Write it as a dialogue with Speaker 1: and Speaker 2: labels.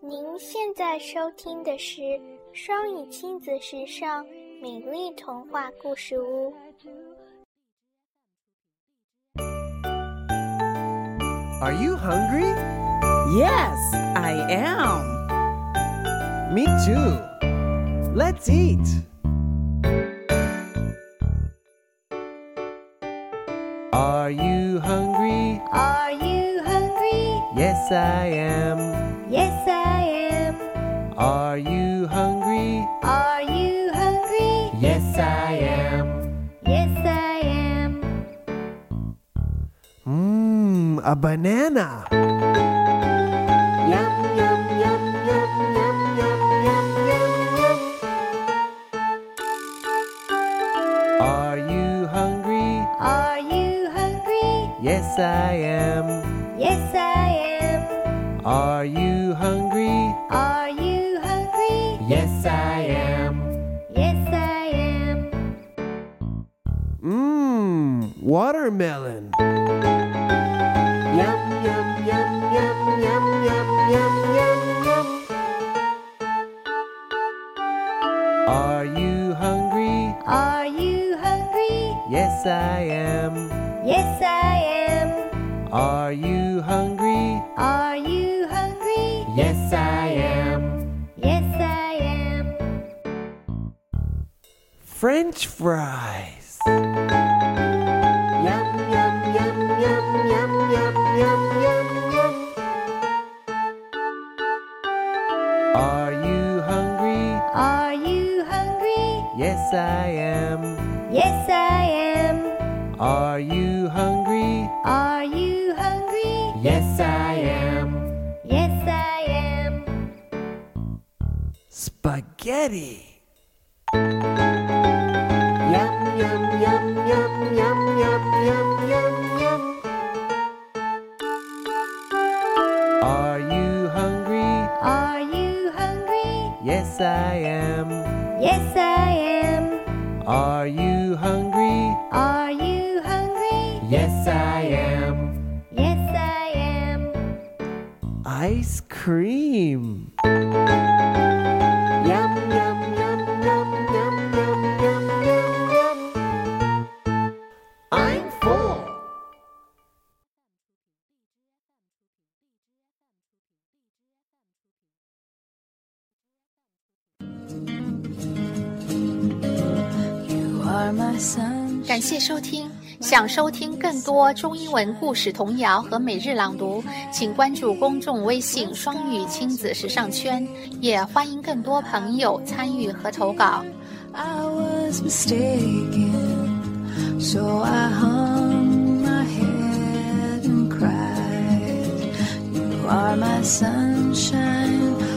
Speaker 1: 您现在收听的是《双语亲子时尚美丽童话故事屋》。
Speaker 2: Are you hungry?
Speaker 3: Yes, I am.
Speaker 2: Me too. Let's eat. 'Are you hungry?
Speaker 4: Are you hungry?
Speaker 2: Yes, I am.
Speaker 4: Yes, I am.
Speaker 2: Are you hungry?
Speaker 4: Are you hungry?
Speaker 2: Yes, I am.
Speaker 4: Yes, I am.
Speaker 2: Mmm, a banana.
Speaker 4: Yum, yum, yum, yum, yum, yum, yum, yum, yum.
Speaker 2: Are you hungry?
Speaker 4: Are you hungry?
Speaker 2: Yes, I am.
Speaker 4: Yes, I am.
Speaker 2: Are you hungry?
Speaker 4: Are you hungry?
Speaker 2: Yes, I am.
Speaker 4: Yes, I am.
Speaker 2: Mmm, watermelon.
Speaker 4: Yum, yum, yum, yum, yum, yum, yum, yum, yum.
Speaker 2: Are you hungry?
Speaker 4: Are you hungry?
Speaker 2: Yes, I am.
Speaker 4: Yes, I am.
Speaker 2: Are you hungry?
Speaker 4: Are you hungry?
Speaker 2: Yes, I am.
Speaker 4: Yes, I am.
Speaker 2: French fries.
Speaker 4: Yum, yum, yum, yum, yum, yum, yum, yum, yum.
Speaker 2: Are you hungry?
Speaker 4: Are you hungry?
Speaker 2: Yes, I am.
Speaker 4: Yes, I am.
Speaker 2: Are you hungry?
Speaker 4: Are you hungry?
Speaker 2: Yes, I am.
Speaker 4: Yes, I am.
Speaker 2: Spaghetti.
Speaker 4: Yum, yum, yum, yum, yum, yum, yum, yum, yum.
Speaker 2: Are you hungry?
Speaker 4: Are you hungry?
Speaker 2: Yes, I am.
Speaker 4: Yes, I am.
Speaker 2: Are you hungry?
Speaker 4: Are you hungry?
Speaker 2: Yes, I am.
Speaker 4: Yes, I am.
Speaker 2: Ice cream.
Speaker 4: Yum, yum, yum, yum, yum, yum, yum, yum, yum.
Speaker 2: I'm full.
Speaker 5: You are my sunshine.
Speaker 6: 感谢收听，想收听更多中英文故事童谣和每日朗读，请关注公众微信“双语亲子时尚圈”，也欢迎更多朋友参与和投稿。
Speaker 5: I was mistaken, so I hung my head and cried. You are my sunshine,